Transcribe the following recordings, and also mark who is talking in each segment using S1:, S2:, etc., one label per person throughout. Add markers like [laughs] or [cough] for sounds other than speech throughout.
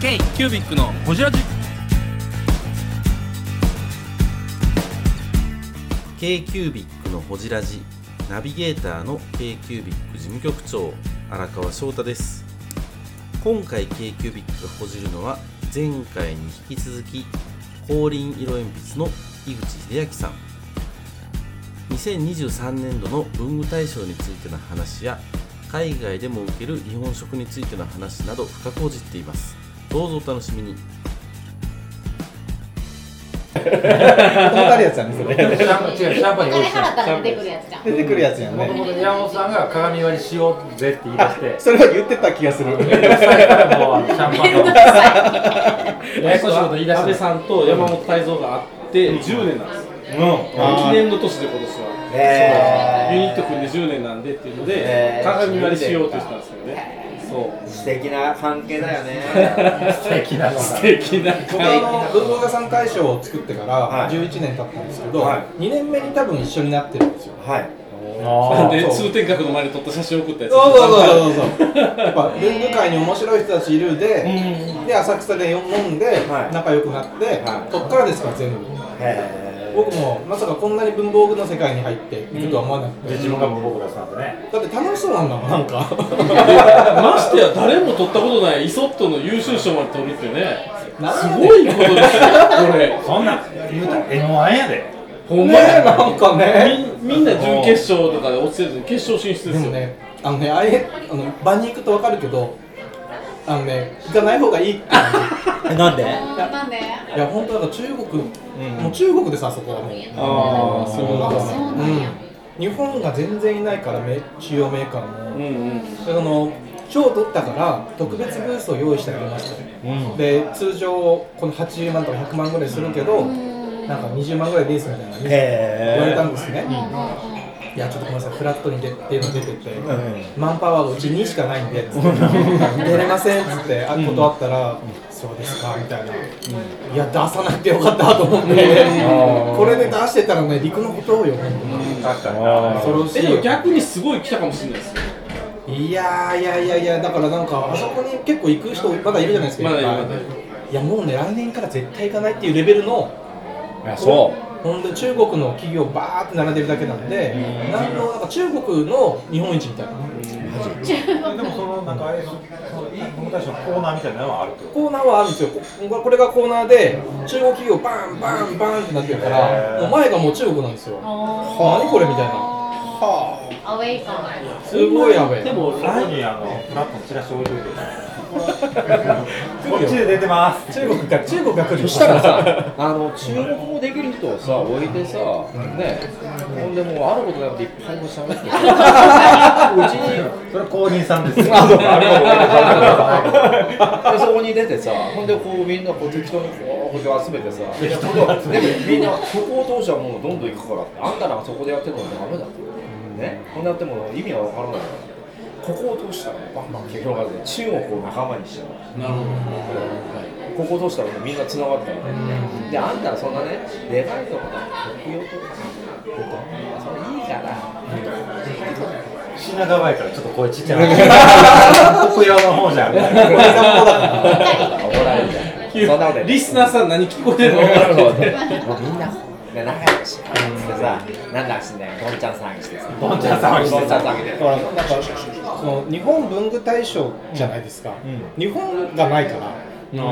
S1: K キュービックのホジラジ
S2: k q u b i c のほじラジナビゲーターの k q u b i c 事務局長荒川翔太です今回 k q u b i c がほじるのは前回に引き続き光輪色鉛筆の井口秀明さん2023年度の文具大賞についての話や海外でも受ける日本食についての話など深くほじっていますどうぞお楽しみに
S3: 儲かるやつやねそれ
S4: [laughs]
S5: シャンプー違うシャンパン
S6: お
S5: に用意
S6: 金
S5: した
S6: 払ったら出てくるやつじゃん。
S3: 出てくるやつや
S5: もと
S3: ね
S7: [laughs]
S5: もと山本さんが鏡割りしようぜって言い
S4: [laughs]
S5: 出して
S3: それは言ってた気がする
S5: 最からもうシャンパンのややこしいこと言い出
S8: 安倍
S5: して
S8: さんと山本泰造があって10年なんですよ、記念の年で今年は、
S4: えー
S8: ユニット組んで10年なんでっていうので、
S4: えー
S8: 鏡割りしようとしたんですよね、そう
S4: 素敵な関係だよ
S8: [laughs]
S4: ね。
S5: 素敵なのが
S8: 素敵な
S7: [laughs] 僕はあの文房具屋さん大賞を作ってから
S4: はい
S7: 11年経ったんですけど、
S4: はい
S7: 2年目に多分一緒になってるんですよ
S4: はい。
S8: なんで
S7: そう
S8: 通天閣の前で撮った写真送ったやつ
S7: そうそうそうそうそうやっぱ文具界に面白い人たちいるで、で浅草で飲んで
S4: はい
S7: 仲良くなって、
S4: はい
S7: そっからですから全部
S4: へー
S7: 僕もまさかこんなに文房具の世界に入っていくとは思わなくて、
S5: 自分がもう僕出したんでね
S7: だって楽しそうなんだもんなんか
S8: [laughs] ましてや誰も撮ったことないイソットの優秀賞まで撮るってね
S7: な
S8: す
S7: んで
S8: ごいことですよこれ
S5: そんな言うたら M1 やで
S8: ほん
S7: ね
S8: まや
S7: えなんかね
S8: みみんな準決勝とかで落ちてる決勝進
S7: で
S8: 出です
S7: も
S8: よ
S7: ねあのねあれあの場に行くと分かるけどあのね行かない方がいいって感じ
S3: なんで
S6: なんで？
S7: いや本当なんか中国、もう中国でさそこはもう、
S8: ああそういうこと
S6: あ、
S8: だ
S6: そ
S8: ね
S6: うなんや。
S7: 日本が全然いないからめ主要メーカーも、
S8: うん
S7: で
S8: うん
S7: その賞を取ったから特別ブースを用意してあげました、で通常この80万とか100万ぐらいするけど、なんか20万ぐらいですみたいな言われたんですね、いやちょっとごめんなさいフラットに出っていうの出てて、マンパワーがうち2しかないんでつって出れませんっつってあ断ったら、そうですかみたいな、いや出さなくてよかったと思って、これで出してたらね陸のことをよ、
S5: 確かに
S7: 恐ろし
S8: え
S7: い
S8: で
S7: よ
S8: も逆にすごい来たかもしれないですよ
S7: いやーいやいやいやだからなんかあそこに結構行く人まだいるじゃないですか
S8: まだいる
S7: っぱ
S8: まだいる
S7: いやもうね来年から絶対行かないっていうレベルのそうほんで中国の企業バーって並んでるだけなんでなんのなんか中国の日本一みたいな
S5: でもそのなんかあれそのいい僕たちのコーナーみたいなのはあるってこ
S7: コーナーはあるんですよここれがコーナーで中国企業バンバンバンってなってるからもう前がもう中国なんですよ何これみたいな
S6: アウェイ感。
S7: すごいやべえ
S8: でも
S5: とそこにあのフラットのチラシ置いといて
S7: よ
S5: こっちで出てます
S7: 中国が中国が来る
S4: そしたらさ、あの中国語できる人をさ置いてさ、ね、ほんでもうあることなくていっぱいも喋って。うちに
S5: それ公認さんです
S4: あそうかあり [laughs] がとうござい
S5: あ
S4: でそこに出てさ、ほんでこうみんなこう適当にこう補助集めてさ、でもみんなそこを通してはもうどんどん行くから、あんたらがそこでやってるのはダメだって。ね、こんなやっても意味はわからないから。ここを通したらバンバン広がるね中国を仲間にしてる
S8: なるほど
S4: ここを通したらもうみんな繋がったからねであんたらそんなねでかいとこだ国用とかさここそれいい
S8: [laughs]
S4: から
S5: 品川やからちょっと声ちっちゃい国用の方じゃん
S4: 怒
S8: [laughs]
S4: られるじゃんそんなこと
S8: リスナーさん何聞こえて
S4: [laughs]
S8: るの
S4: もうみんなね仲良くしようっつってさ、なんだかしんない、どんちゃん騒ぎしてさ、どんちゃん騒ぎして、どんちゃん騒ぎで、
S7: だからなんかその日本文具大賞じゃないですか、日本がないからどう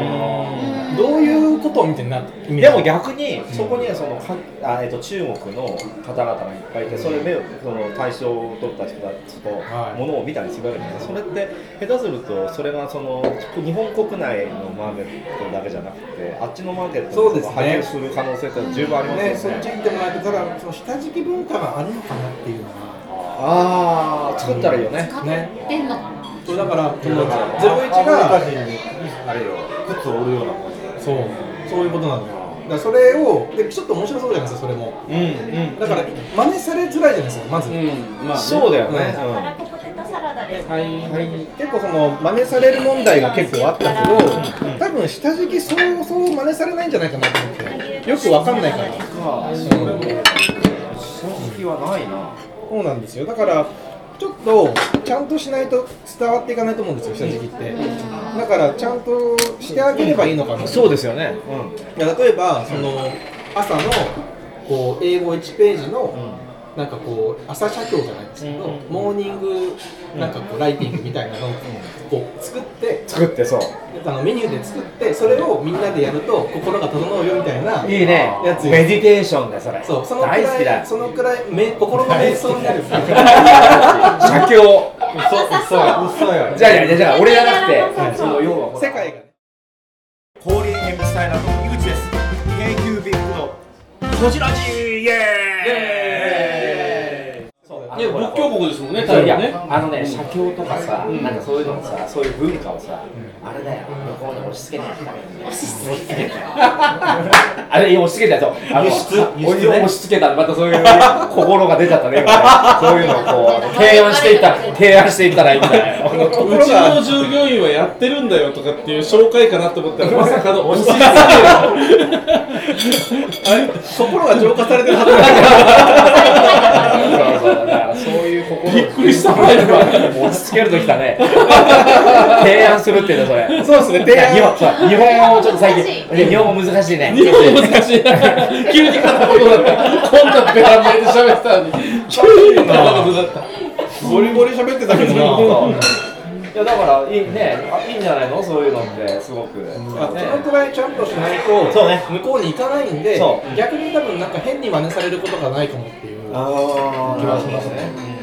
S7: いうことを見てんな
S4: でも逆に、そこにはその、かあえっと、中国の方々がいっぱいいて、それ目をその対象を取った人たちと
S7: はい
S4: ものを見たりするわけじゃないですか、それって、下手すると、それがその日本国内のマーケットだけじゃなくて、あっちのマーケッ
S7: そう
S4: ト
S7: で
S4: に
S7: すね
S4: 波及する可能性って十分あり
S7: ね
S4: ます
S7: そっ
S4: よ
S7: ち
S4: ね。
S7: 行ってもらってたらその下敷き文化があるのかなっていうのは
S4: ああ、作ったらいいよね。
S6: 買ってんの。
S7: そうだからその
S5: ゼ
S7: ゼロイチが
S5: 人にあれよ靴を売るようなもん
S7: そうそういうことなのよだからそれをでちょっと面白そうじゃないですかそれも
S8: うんうん
S7: だから真似されづらいじゃないですかまず、
S8: うんまあ
S4: そうだよね。
S7: う
S4: うん
S7: 結構その真似される問題が結構あったけど、多分下敷きそうそう真似されないんじゃないかなと思ってよくわかんないから
S4: 正直はないな。
S7: そうなんですよだからちょっとちゃんとしないと伝わっていかないと思うんですよ下敷きってだからちゃんとしてあげればいいのかな
S4: そうですよね。
S7: いや例えばその朝のこう英語1ページのなんかこう朝写経じゃないですけどモーニングなんかこうライティングみたいなのをこう作って
S4: 作ってそう。
S7: あのメニューで作ってそれをみんなでやると心が整うよみたいない
S4: いね
S7: やつ
S4: メディテーションだ、それ。
S7: そうそのく
S4: 大好き
S7: ら
S4: だ。
S7: いそのくらいめ心の瞑想に
S4: [laughs]
S7: なる
S4: 写経。
S6: 嘘嘘
S5: 嘘や
S4: じゃあ、じゃあ、じゃあ、俺じゃなくて。
S6: その要は
S7: 世界が
S5: 氷に鉛筆隊の井口です KQBIC のこじらじイエーイ
S8: いや仏教国ですもんね
S4: そう
S8: 台
S4: いや
S8: 湾ね
S4: あのね、写経とかさ、なんかそういうのもさ、そういう文化をさ、あれだよ、向こうに押し付けてやったからね押し付けた。あれ、いや押し付けたやつ。あの
S5: 輸出
S4: あ
S5: 輸出ね
S4: 俺を押し付けた。またそういう心が出ちゃったね。今ねそういうのをこう提案していった、提案していったらいいんだよ。
S8: うちの従業員はやってるんだよとかっていう紹介かなと思ったら [laughs] まさかの押し付
S7: 心が浄化されてるはずだ
S4: そうそうだからそういう心
S8: けびっくりしたもんね
S4: 落ち着けるときだね提案するっていうのそれ
S7: そうですね提案
S4: 日本そう日本語ちょっと最近
S6: 難
S4: 日本語難しいね
S8: 日本語難しい急に片言だったこんなベランダで喋ってたのに急に片言だった
S7: ゴリゴリ喋ってたけどな
S4: そういやだからいいねあいいんじゃないのそういうのってすごく、
S7: あその
S4: ね
S7: くらいちゃんとしないと
S5: そうね
S7: 向こうに行かないんで
S4: そ
S7: 逆に多分なんか変に真似されることがないかもっていう
S5: あ
S4: 気はしますね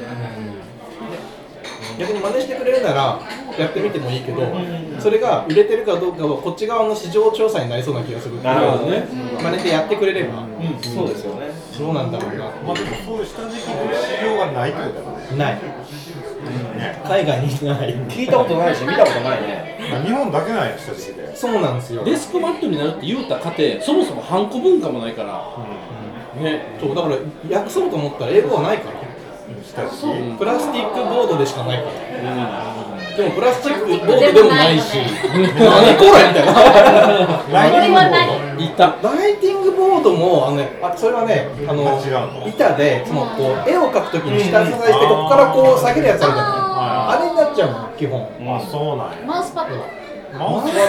S7: 逆に真似してくれるならやってみてもいいけどそれが売れてるかどうかはこっち側の市場調査になりそうな気がする
S5: なるほど
S8: ね
S7: 真似てやってくれれば
S4: そうですよね
S7: どうなんだろうな
S5: まあでもそういう下敷きの市場がないってことだよね
S7: ない海外にない
S4: 聞いたことないし見たことないね
S5: 日本だけなんや下敷きで
S7: そうなんですよ
S8: デスクマットになるって言うた過程そもそもハンコ文化もないから、ね
S7: そうだから訳そうと思ったら英語はないから
S5: 下敷き
S7: プラスティックボードでしかないから、でもプラスチックボードでもないし
S6: 全
S7: 何これみたいな
S6: これは何
S8: いた
S7: ライティングボードもあの、ね、あそれはねあの
S5: 違うの
S7: 板でそのこう絵を描くときに下支えしてここからこう下げるやつあるじゃないあれになっちゃうの基本
S5: あそうなんや
S6: マウスパッドは
S5: マウス
S7: マ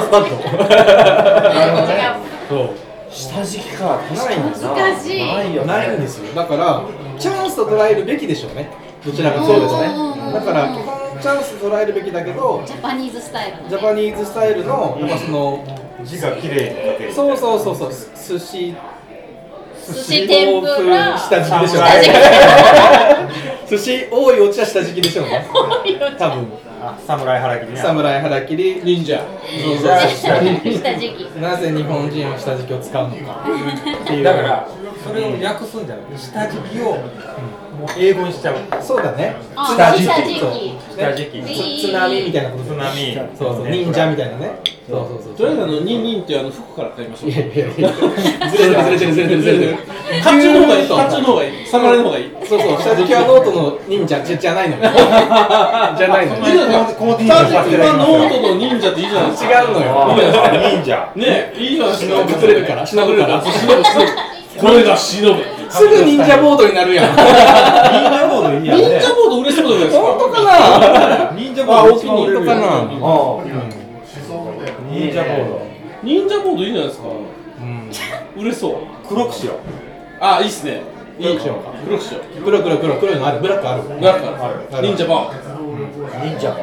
S7: ウスパッドはマウスパッド
S4: 下敷きか
S7: そうないんです
S6: 違う難しい
S4: ない
S7: よ
S4: よね
S7: ないんですよだからチャンスと捉えるべきでしょうねどちらかといと
S6: うん
S7: だから基本チャンス捉えるべきだけど
S6: ジャパニーズスタイル
S7: ジャパニーズスタイルのやっぱその
S5: 字が綺麗に書ける
S7: そうそうそうそう、す寿司、
S6: 寿司天ぷら
S7: 下敷きでしょう
S6: 下敷き [laughs]
S7: ね。寿司多いお茶下敷きでしょうね。多分、
S5: あ侍腹切りね
S7: 侍腹切り、
S8: 忍者
S7: そうそう
S6: 下敷き下敷き
S7: なぜ日本人は下敷きを使うのか。
S5: だからそれを訳すんじゃなくて下敷きをもう英語にしちゃう
S7: そうだね。
S6: あ
S5: 下敷き
S6: 下敷
S7: そう
S6: き
S5: 下敷き
S6: いい
S7: 津波みたいなこと。
S5: 津波
S7: そうそう、忍者みたいなね。そうそう
S8: と
S7: そ
S8: りあえ
S7: う。
S8: ずあのニンニンっていうあの服から買いましょう
S7: いやいやいや、ずれてるずれてるずれてるずれてる。
S8: 甲冑の方がいい甲冑の方がいい侍の方がいい
S7: そうそう、下敷きはノートの忍者じゃじゃないのよ。じゃないのよ。違う
S5: コーディネー
S8: 下
S5: トさ
S8: 敷
S5: せて
S8: き
S5: い
S8: は
S5: ただきます
S8: ノートの忍者っていいじゃないですか
S7: のよ。
S5: 忍者
S8: ねいいじゃないですか
S7: ずれるから、忍ぶから。
S8: 忍ぶ忍ぶ [laughs] これが忍ぶ
S7: すぐ忍者ボードになるやん。
S5: 忍者ボードいいや
S8: 忍
S5: ね
S8: 者ボード売れそうじゃないですか
S7: 本当かな
S5: 忍者
S8: あ
S5: ボード
S8: 大き
S5: 一
S8: い
S5: 番売れる
S7: 本当かな
S8: うん
S5: 忍者ボード
S8: 忍者ボードいいじゃないですか売れそう
S5: 黒くしよう
S8: あいいっすねいい
S7: 黒くしようか
S8: 黒くしよう
S7: 黒黒黒黒いのあるブラックある
S8: なんか忍者ボード
S4: 忍者も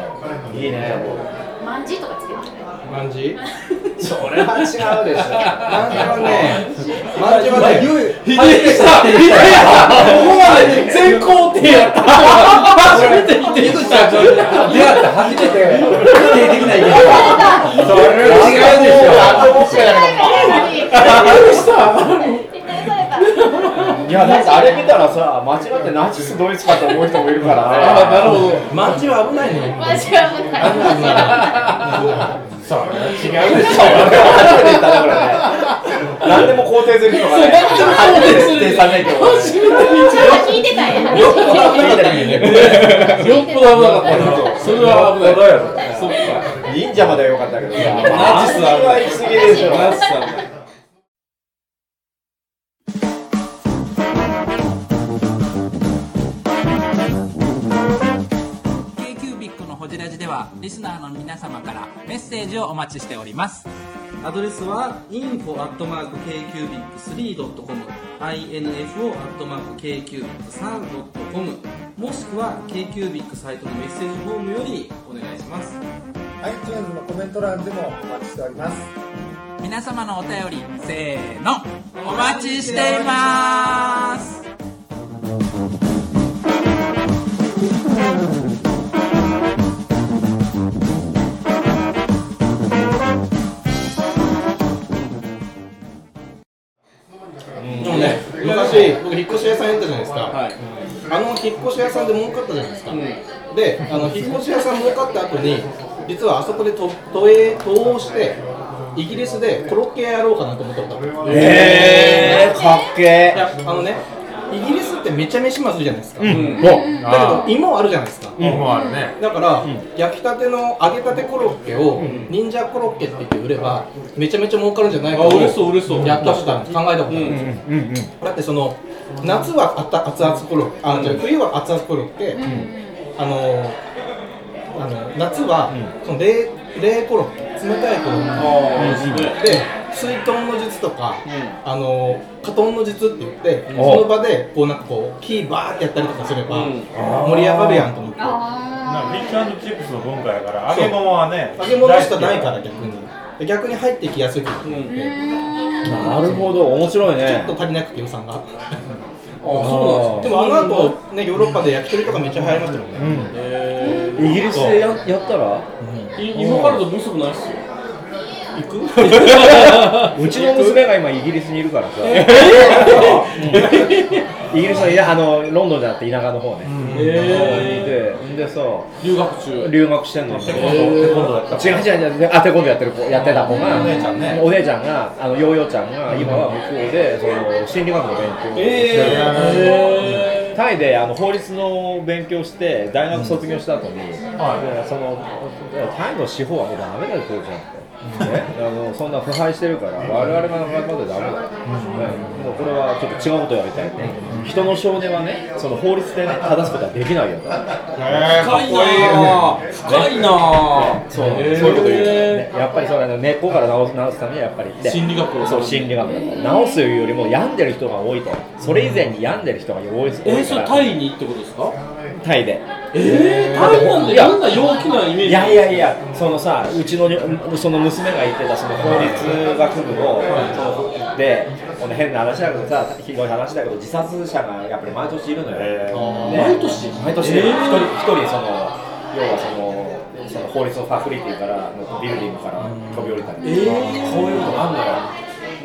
S4: いいね
S6: マンジとかつけてる
S7: マンジ
S4: それは違うでしょ
S7: マンジはねマンジはね
S8: ひでえしたひでえしたここまで全肯定やった初めて否定した
S4: 出会って初めて否定できないけどそれは違うでしょいやなんかあれ見たらさ間違ってナチスドイツかと思う人もいるからね
S8: なるほど
S7: マンジは危ないのよ
S6: マジは危ない
S4: 初めて言ったねこれね何でも肯定する人がね
S8: 何でも肯定する
S4: 否定さないけど
S6: ちゃんと聞いてたんや
S7: よっぽど危なかったのにね
S8: よっぽど危なかったそれは危ないそっか
S4: 忍者までは良かったけどさ
S8: ナチスは
S4: は行き過ぎでしょ
S8: ナチスは
S1: 「ジラジではリスナーの皆様からメッセージをお待ちしております
S9: アドレスは info.kcubic3.com info.kcubic3.com もしくは KQBIC サイトのメッセージフォームよりお願いします
S10: iTunes のコメント欄でもお待ちしております
S1: 皆様のお便りせーのお待ちしています
S7: もうね、昔、僕、引っ越し屋さんやったじゃないですか、あの引っ越し屋さんで儲かったじゃないですか、で、あの引っ越し屋さん儲かった後に、実はあそこでと都営、東をして、イギリスでコロッケ屋やろうかなと思ったことある
S4: えー、かっけ
S7: いや、あのね、イギリスってめちゃめちゃまずいじゃないですか、
S4: ー。うん。もう、
S7: だけど、芋あるじゃないですか。
S4: うん、もうあるね。
S7: だから、焼きたての揚げたてコロッケを、忍者コロッケって言って売ればめちゃめちゃ儲かるんじゃないかと
S8: うれそう
S7: やったことある考えたことあるんですよ、
S4: うん、
S7: だってその夏はあった熱々コロッケあじゃあ冬は熱々コロッケ、あのあの夏は、その冷冷コロッケ冷たいコロッケ、で水遁の術とか、あの加遁の術って言って、その場でこうなんかこうキーバーってやったりとかすれば、盛り上がるやんと思って
S6: あ
S5: ビッグチップスの文化やから揚げ物はね
S7: 揚げ物しかないから逆にで逆に入ってきやすいと思って、
S4: なるほど、面白い
S7: ちょっ
S4: ね
S7: と。足りなくて予算があった
S4: そ
S7: でもあの後ねヨーロッパで焼き鳥とかめっちゃ流行りましたもんね、
S4: うイギリスでややったら
S8: 今からだともうすぐないっすよ
S4: うちの娘が今イギリスにいるからさ。うん [laughs] イギリスのいやあのロンドンじゃなくて田舎の方ね。で、んでさ、
S8: 留学中
S4: 留学してんのに。
S5: テコンドーやった
S4: 違う違う違う、あ、テコンドーやってる子、やってた子が、
S5: お姉ちゃんね
S4: お姉ちゃんが、あの、ヨーヨーちゃんが、今は向こうで、その、心理学の勉強をしてる。うんタイであの法律の勉強して大学卒業した後に、でそのタイの司法はもうダメだよ、そうじゃんって。ね、あのそんな腐敗してるから我々が頑張ってダメだよ、ね、もうこれはちょっと違うことやりたい、ね、人の少年はねその法律で、ね、正すことはできないよと
S8: 深いなぁ深いなぁ
S4: そう、そういうこと言う、ね、やっぱりそうだね、根っこから直す直すためにはやっぱりね
S8: 心理学を
S4: そう心理学だから直すよりも病んでる人が多いとそれ以前に病んでる人が多いです
S8: えー、それタ
S4: イ
S8: イにってことですか
S4: タイで
S8: えー、台湾でどんな陽気なイメージ
S4: いやいやいやそのさうちのにその娘が言ってたその法律学部のそのでこの変な話だけどさひどい話だけど自殺者がやっぱり毎年いるのよ、ね
S8: 毎年
S4: 毎年
S8: え
S4: ね一、
S8: ー
S4: 人一人その要はそのその法律のファクリティからのビルディングから飛び降りたりとか、こういうのがあんのよ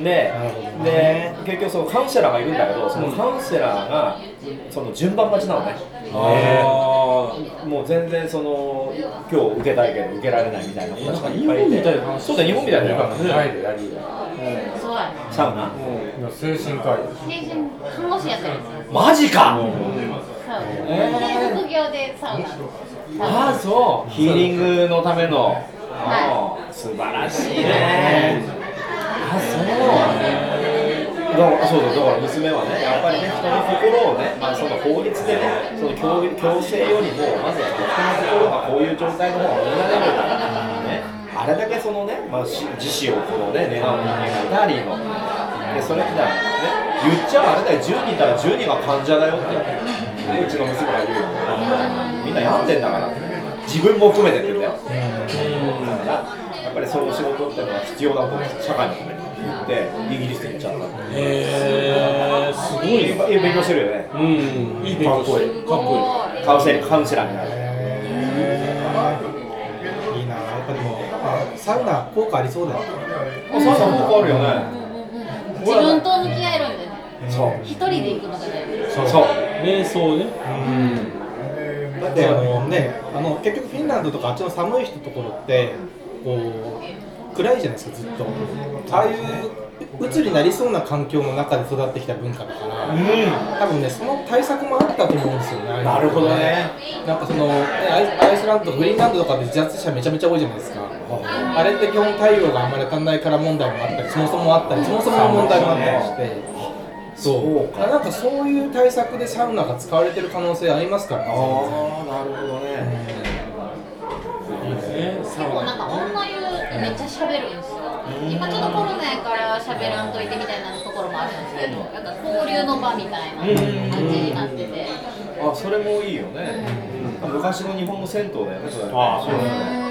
S4: でで結局そのカウンセラーがいるんだけどそのカウンセラーがその順番待ちなのね、
S8: あ
S4: もう全然その今日受けたいけど受けられないみたいな子たちがいっぱいいて、
S8: なんか日本みたいな話
S4: そうだよ日本みたいな
S5: や
S4: 感じ
S5: ないでやり
S6: そうや
S4: サウナ
S5: 今精神科医
S6: 成人看護師やったんですよ
S4: マジか
S6: サウナで副業でサウナ
S4: ああそうヒーリングのための、ああ素晴らしいねあそうだからそうだだから娘はねやっぱりね人の心をね、まあ、その法律でねその強強制よりもまずは人の心がこういう状態の方が見られるからねあれだけそのね、まあ、し自死をこのね願う人間がダリーのでそれってだね言っちゃあれだよ10人いたら10人が患者だよってうちの娘が言うよみんな病んでんだから自分も含めてって言うんだよだからやっぱりそういう仕事っていうのは必要だと思うんですよ社会のためにって言ってイギリスに行っちゃったんで
S8: えー、すごい
S4: いい勉強してるよね
S8: うんいい勉強してるかっこ
S4: カウンセラーカウンセラーになる
S7: いいなやっぱでもあサウナ効果ありそうだよ
S4: あそうそう効果あるよね
S6: 自分と向き合えるんでね
S4: そう
S6: 一人で行くのが大事
S4: そうそう
S8: いい瞑想ね
S7: だってあのねあの結局フィンランドとかあっちの寒い人ところってこう暗いじゃないですかずっとああいう鬱になりそうな環境の中で育ってきた文化だから、多分ねその対策もあったと思うんですよね
S4: なるほどね
S7: なんかそのねアイアイスランドとかグリーンランドとかで自殺者めちゃめちゃ多いじゃないですかあれって基本太陽があんまり足んないから問題もあったりそもそもあったりそもそもの問題もあったりしてそうあなんかそういう対策でサウナが使われてる可能性ありますからね
S4: ああなるほどね
S6: 結構なんか女優ってめっちゃ喋るんですよ今ちょっとコロナやから喋らんといてみたいなところもあるんですけどなんか交流の場みたいな感じになってて
S4: あそれもいいよね、昔の日本の銭湯だよねそれあそうだね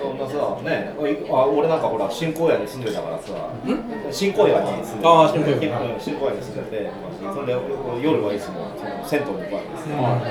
S4: そんなさねあ俺なんかほら新高野に住んでたからさ新高野に住んで
S7: あー新高野
S4: うん新高野に住んでてそれで夜はいつもその銭湯に行くわけ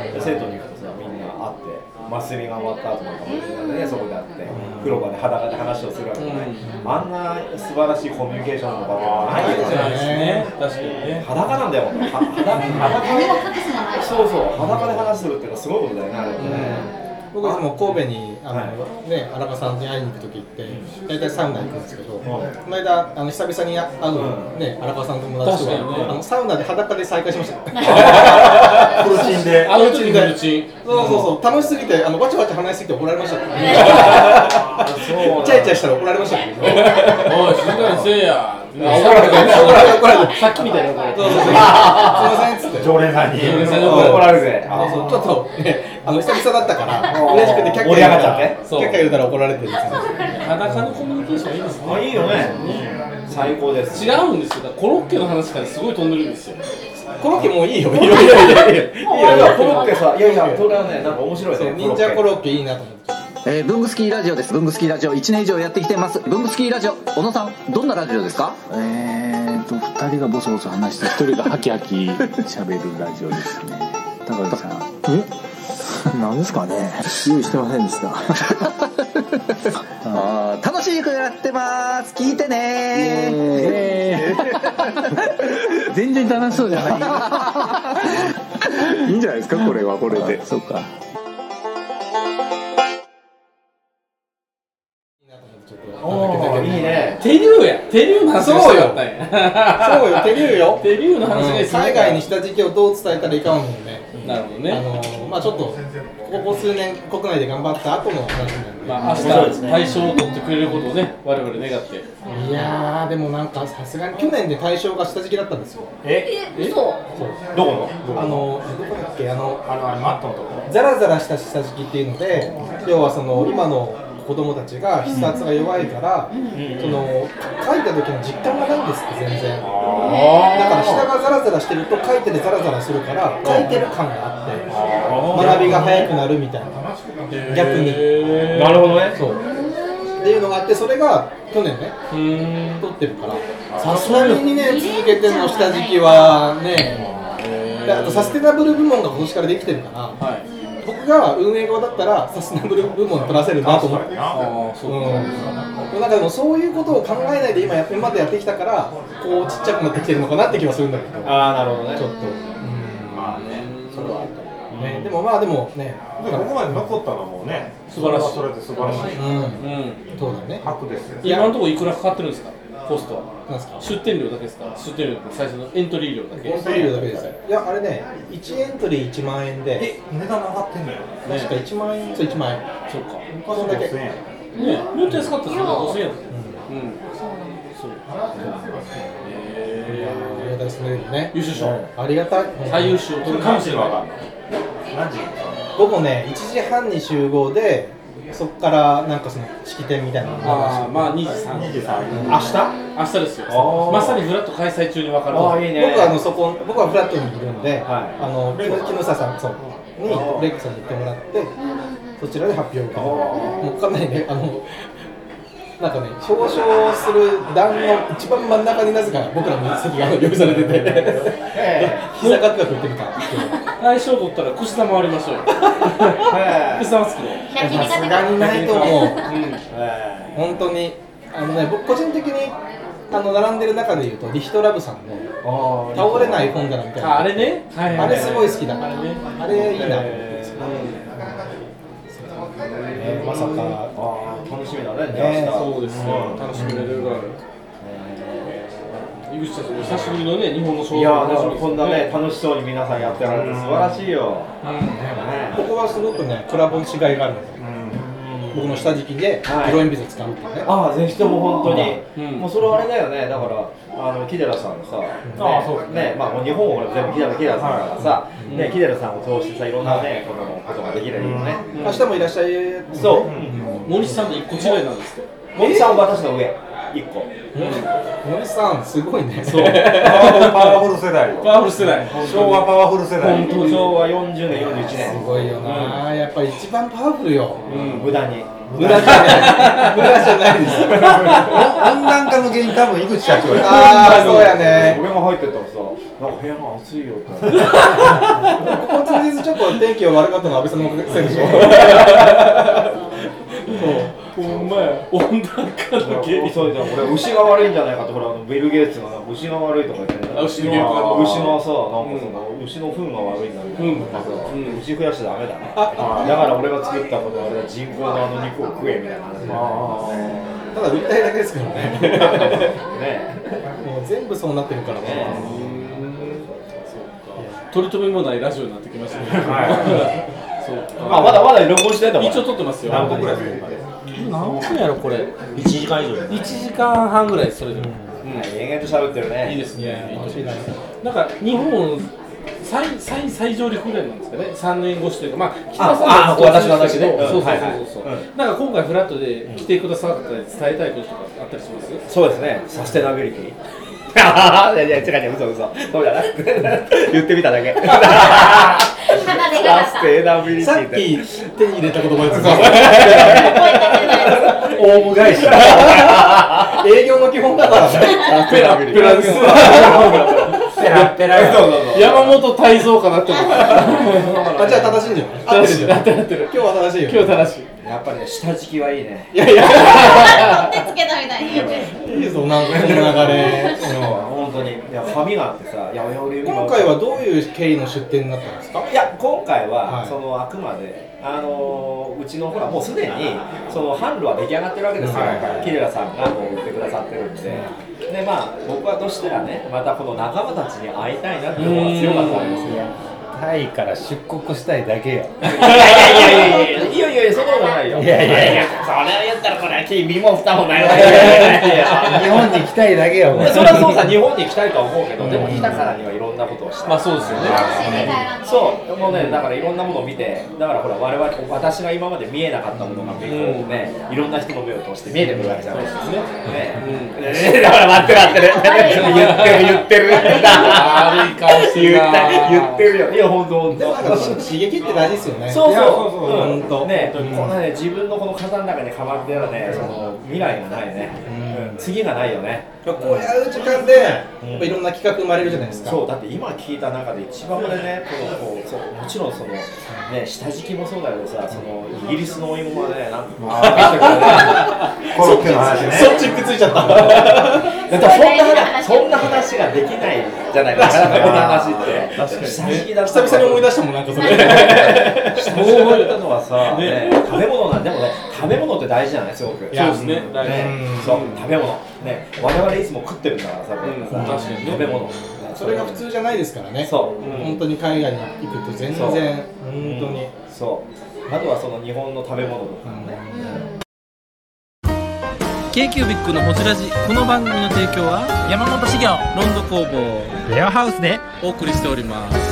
S4: ですよ、で銭湯に行くとさみんな会って祭りが終わった後なんかもみんなねそこで会って風呂場で裸で話をするわけじゃない、あんな素晴らしいコミュニケーションの場ではないよね
S8: 確かにね
S4: 裸なんだよは裸裸
S6: 何も隠すのない
S4: そうそう、裸で話するっていうのはすごいことだよね、あれってね。
S7: 僕いつも神戸にあの、ね、荒川さんに会いに行く時って大体サウナ行くんですけど、この間あの久々に会う、ね、荒川さんの友達と
S8: 確かにね
S7: はあのサウナで裸で再会しました
S4: [laughs] プロチンで。
S8: あのうちにフルチン
S7: そうそうそう楽しすぎてあのわちゃわちゃ話しすぎて怒られま [laughs] したからね
S4: そう
S7: イチャイチャしたら怒られましたけどそう
S8: おい静かにせえや怒
S7: られた怒られた怒られた
S8: さっきみたいな怒られ
S7: そうそうすいませんっつって
S4: 常連さんに。
S8: 常連さんに
S4: 怒られるぜ。
S7: そうそうちょっとねあの久々だったから
S4: うん
S7: 嬉しくてキャッキャ
S4: 盛り上がっちゃ
S7: た
S4: って
S7: キャッキャ言うたら怒られてるんですよ
S8: 裸のコミュニケーションいいですね
S4: あ、いいよね。最高です。
S8: 違うんですよだからコロッケの話からすごい飛んでるんですよ
S7: コロッケもういいよいやいやいやいや
S4: いやいや、コロッケさ、いやいや、それはね、なんか面白いね。
S7: 忍者コ
S4: ロッ
S7: ロッケいいなと思って
S11: えー、ブングスキーラジオです。ブングスキーラジオ1年以上やってきてます。ブングスキーラジオ、小野さん、どんなラジオですかえーと、2人がボソボソ話して、1人がハキハキ喋るラジオですね。高橋さん。えなんですかね用意してませんで [laughs] した。あー楽しくやってます聞いてね全然楽しそうじゃ [laughs] ない。いいんじゃないですかこれはこれで。そうか。
S4: ケ。いいね。
S8: 手竜や手竜の話がしたかったんや
S7: そうよ手竜よ
S8: 手竜の話がいいっすね
S7: 海外にした時期をどう伝えたらいかんもんね
S8: なるほど
S7: あ
S8: ね
S7: のーまあちょっとここ数年国内で頑張った後の話なんで、
S8: まあ明日大賞を取ってくれることをね我々願って
S7: いやーでもなんかさすがに去年で対象が下敷きだったんですよ
S6: え嘘
S4: どこの
S7: あのどこだっけあの
S4: あの、あれ、マットのとこ
S7: ザラザラした下敷きっていうので要はその今の子供たちが筆圧が弱いから、その書いた時の実感がないんですって全然だから下がザラザラしてると書いててザラザラするから書いてる感があって学びが早くなるみたいな逆に
S4: なるほどね
S7: そうっていうのがあってそれが去年ね
S8: うん
S7: 取ってるからさすがに2年続けての下敷きはねであとサステナブル部門が今年からできてるから、
S8: はい
S7: 僕が運営側だったらサステナブル部門取らせるなと思って、
S8: ああそううん
S7: なんかでもそういうことを考えないで今や今までやってきたからこうちっちゃくなってきてるのかなって気はするんだけどちょっ
S4: ああ、なるほどね。
S7: と、
S4: まあね。それはあった。
S7: ね、でもまあでもね
S5: でここまで残ったのはもうね、
S8: 素晴らしい
S5: それはそれで素晴らしい
S7: うん
S8: うん
S7: そうだね
S5: 白ですよ。
S7: いや
S8: 今のところいくらかかってるんですかコストは
S7: なんすか
S8: 出店料だけですか出店料って最初のエントリー料だけ
S7: エントリー料だけですよいやあれね1エントリー1万円で
S5: え、値段上がってんのよ。
S7: 確か1万円そう1万円
S8: そうかね
S5: 昔の5000円。
S8: もっと安かったですよ5000円だったようんそう
S7: いや
S8: え
S7: ありがたいですねね
S8: 優秀賞
S7: ありがたい
S8: ー最優秀を取るかもしれない
S5: わかんない。何時に
S7: 午後ね1時半に集合でそこからなんかその式典みたいなのが
S8: ああまあ2時3
S5: ?2
S8: 時
S5: 時3
S4: 明日
S8: 明日ですよ
S4: あー
S8: まさにフラット開催中に分かる
S4: ああ、いいね。
S7: 僕はあのそこ僕はフラットにいるんで、
S4: はい
S7: あの木木下さんそうにレックさんに行ってもらってそちらで発表会もうかなりねあのなんかね表彰する段の一番真ん中になぜか僕らの席が用意されてて
S4: え
S7: [laughs] 膝ガクガク言ってみた
S8: 大賞取ったら串玉割りましょうよ
S4: え
S8: 串玉好きで
S6: 焼き
S7: さ
S6: 肉
S7: すがにないと思う
S4: え
S7: 本当にあのね僕個人的にあの並んでる中で言うとリヒトラブさんの
S4: えあ
S7: 「
S4: あ
S7: 倒れない本棚」みたいな
S8: ああれねはいは
S7: あ
S8: い
S7: れすごい好きだから
S8: あれね
S7: あれいいなと思って
S4: えーまさか、あー楽しみだね、
S7: ね
S4: 明日
S8: そうですよ楽しみなレベルがある井口さんお久しぶりのね日本の
S4: い
S8: 賞
S4: や
S8: を
S4: ー、だからこんなね、楽しそうに皆さんやってられて、素晴らしいよ。
S7: ここはすごくね、コラボの違いがあるので、僕の下敷きで
S4: はい
S7: 色鉛筆を使うっていうね、
S4: ああ、ぜひとも本当に、
S8: うん
S4: もうそれはあれだよね、だから、あの木寺さんがさ、ね
S5: あそうですね
S4: ねまあ、もう日本を俺全部木寺木寺さんだからさ、ね、木寺さんを通してさ、いろんなね、このことができればいいよね、
S8: う
S7: 明日もいらっしゃい、
S4: そう
S8: 森さんと一個違いなんですって
S4: 森さんは私の上一個
S7: 森さんすごいね
S4: そうパワフル世代よ
S8: パワフル世代
S4: 昭和パワフル世代
S8: 本当に
S4: 昭和40年41年
S7: すごいよな、やっぱ一番パワフルよ、
S4: 無駄に
S7: 無駄じゃない無駄じゃないです
S4: 温暖化の原因多分井口社長
S7: あーそうやね
S4: 俺も入ってたらさなんか部屋が暑いよって
S7: ここ数日ちょっと天気が悪かったのは安倍さんのおかげでしょ
S8: ほんまや温暖化の原因
S4: そうじゃん俺牛が悪いんじゃないかとほらあのビル・ゲイツがなんか牛が悪いとか言って
S8: あ牛の原因か
S4: 牛がさなんかその、牛の糞が悪いんだみたいな,、なんか牛増やしちゃダメだねだから俺が作ったことはあれは人工のあの肉を食えみたいな
S7: ただ売りたいだけですからね
S4: ね
S7: もう全部そうなってるからね
S8: 取り留めもないラジオになってきましたね。そう
S4: [laughs]
S8: か
S4: まあまだまだ録音してないんだもん
S8: 一応撮ってますよ。
S4: 何分くらいですか
S8: 何分やろこれ。
S4: 1時間以上
S8: 一時間半ぐらいそれでも。うん
S4: 延々と喋ってるね
S8: いいですね。なんか日本最最最上陸ぐらいなんですかね。三年越しというかまあ北さん
S4: ああ
S8: は
S4: 私の話ね
S8: そうそう
S4: うんはいはい
S8: そうそうそう。なんか今回フラットで来てくださったり伝えたいこととかあったりします？
S4: そうですねサステナビリ [laughs] ティいやいや違う違う嘘嘘そうじゃなくて [laughs] 言ってみただ
S6: [laughs]
S4: け
S6: 鼻でかか
S4: サ
S6: った
S4: ステナビリティって
S7: さっき手に入れた言葉です
S4: オウム返し
S7: 営業の基本だからね
S8: ペラペラです。
S7: ペラペラ
S8: 山本泰造かなって思った。
S7: あじゃあ正しいんじゃない
S8: 正しい。合ってる合ってる。
S7: 今日は正しいよ
S8: 今日正しい。
S4: やっぱりね下敷きはいいね
S7: いやいや
S6: 手つけたみたいに言って
S7: いいぞなんかこの流れ
S4: 本当にいや髪があってさいや俺今
S7: 今回はどういう経緯の出店になったんですか
S4: いや今回は、
S7: はい
S4: そのあくまであのーうちのほらもうすでにその販路は出来上がってるわけですよ、キレラさんがもう売ってくださってるんで、でまあ僕はとしてはねまたこの仲間たちに会いたいなっていうのが強かったんですよ
S5: タイから出国したいだけよ。
S4: いやいやいやいやいやいやいやそんなことないよ
S5: いやいやいや
S4: それを言ったらこれは君も蓋もないわ
S5: 日本に行きたいだけよ。
S4: いやそれはそうさ日本に行きたいとは思うけどでも来たからにはいろんなことをしたまあそうですよねそうもうねだからいろんなものを見てだからほら我々私が今まで見えなかったものが結構ねいろんな人の目を通して見えてくるわけじゃないですかねねだから待って待ってる言ってる言ってる
S8: 悪い顔してる
S4: 言
S8: な
S4: った言ってるよいや本当本当
S7: 刺激って大事ですよね
S4: そ
S7: い
S4: うそう
S7: や
S4: 本当ねこのね自分のこの型の中にはまってたらねその未来がないねうん次がないよね
S7: こうやる時間でやっぱいろんな企画生まれるじゃないですか
S4: そうだって今聞いた中で一番俺ねこのこうそうもちろんそのね下敷きもそうだけどさそのイギリスのお芋はねなんか
S7: コロッケの話ね
S4: そっちくっついちゃっただってそんな話そんな話ができないじゃないですかこの話って
S7: 確かにね
S4: 下敷きだった
S7: 久々に思い出したもんなんかそれ
S4: 下敷きだったのはさ、ね食べ物なんでもね食べ物って大事じゃないすごく
S8: いやそうですね大事
S4: そう食べ物ね我々いつも食ってるんだからさ、
S8: うん
S4: さ
S8: 確かにね
S4: 食べ物
S7: それが普通じゃないですからね
S4: そう、
S7: 本当に海外に行くと全然
S4: そう
S7: 本当に
S4: そうあとはその日本の食べ物とかね、
S9: k q b i c のホジラジこの番組の提供は山本資源ロンド工房レアハウスでお送りしております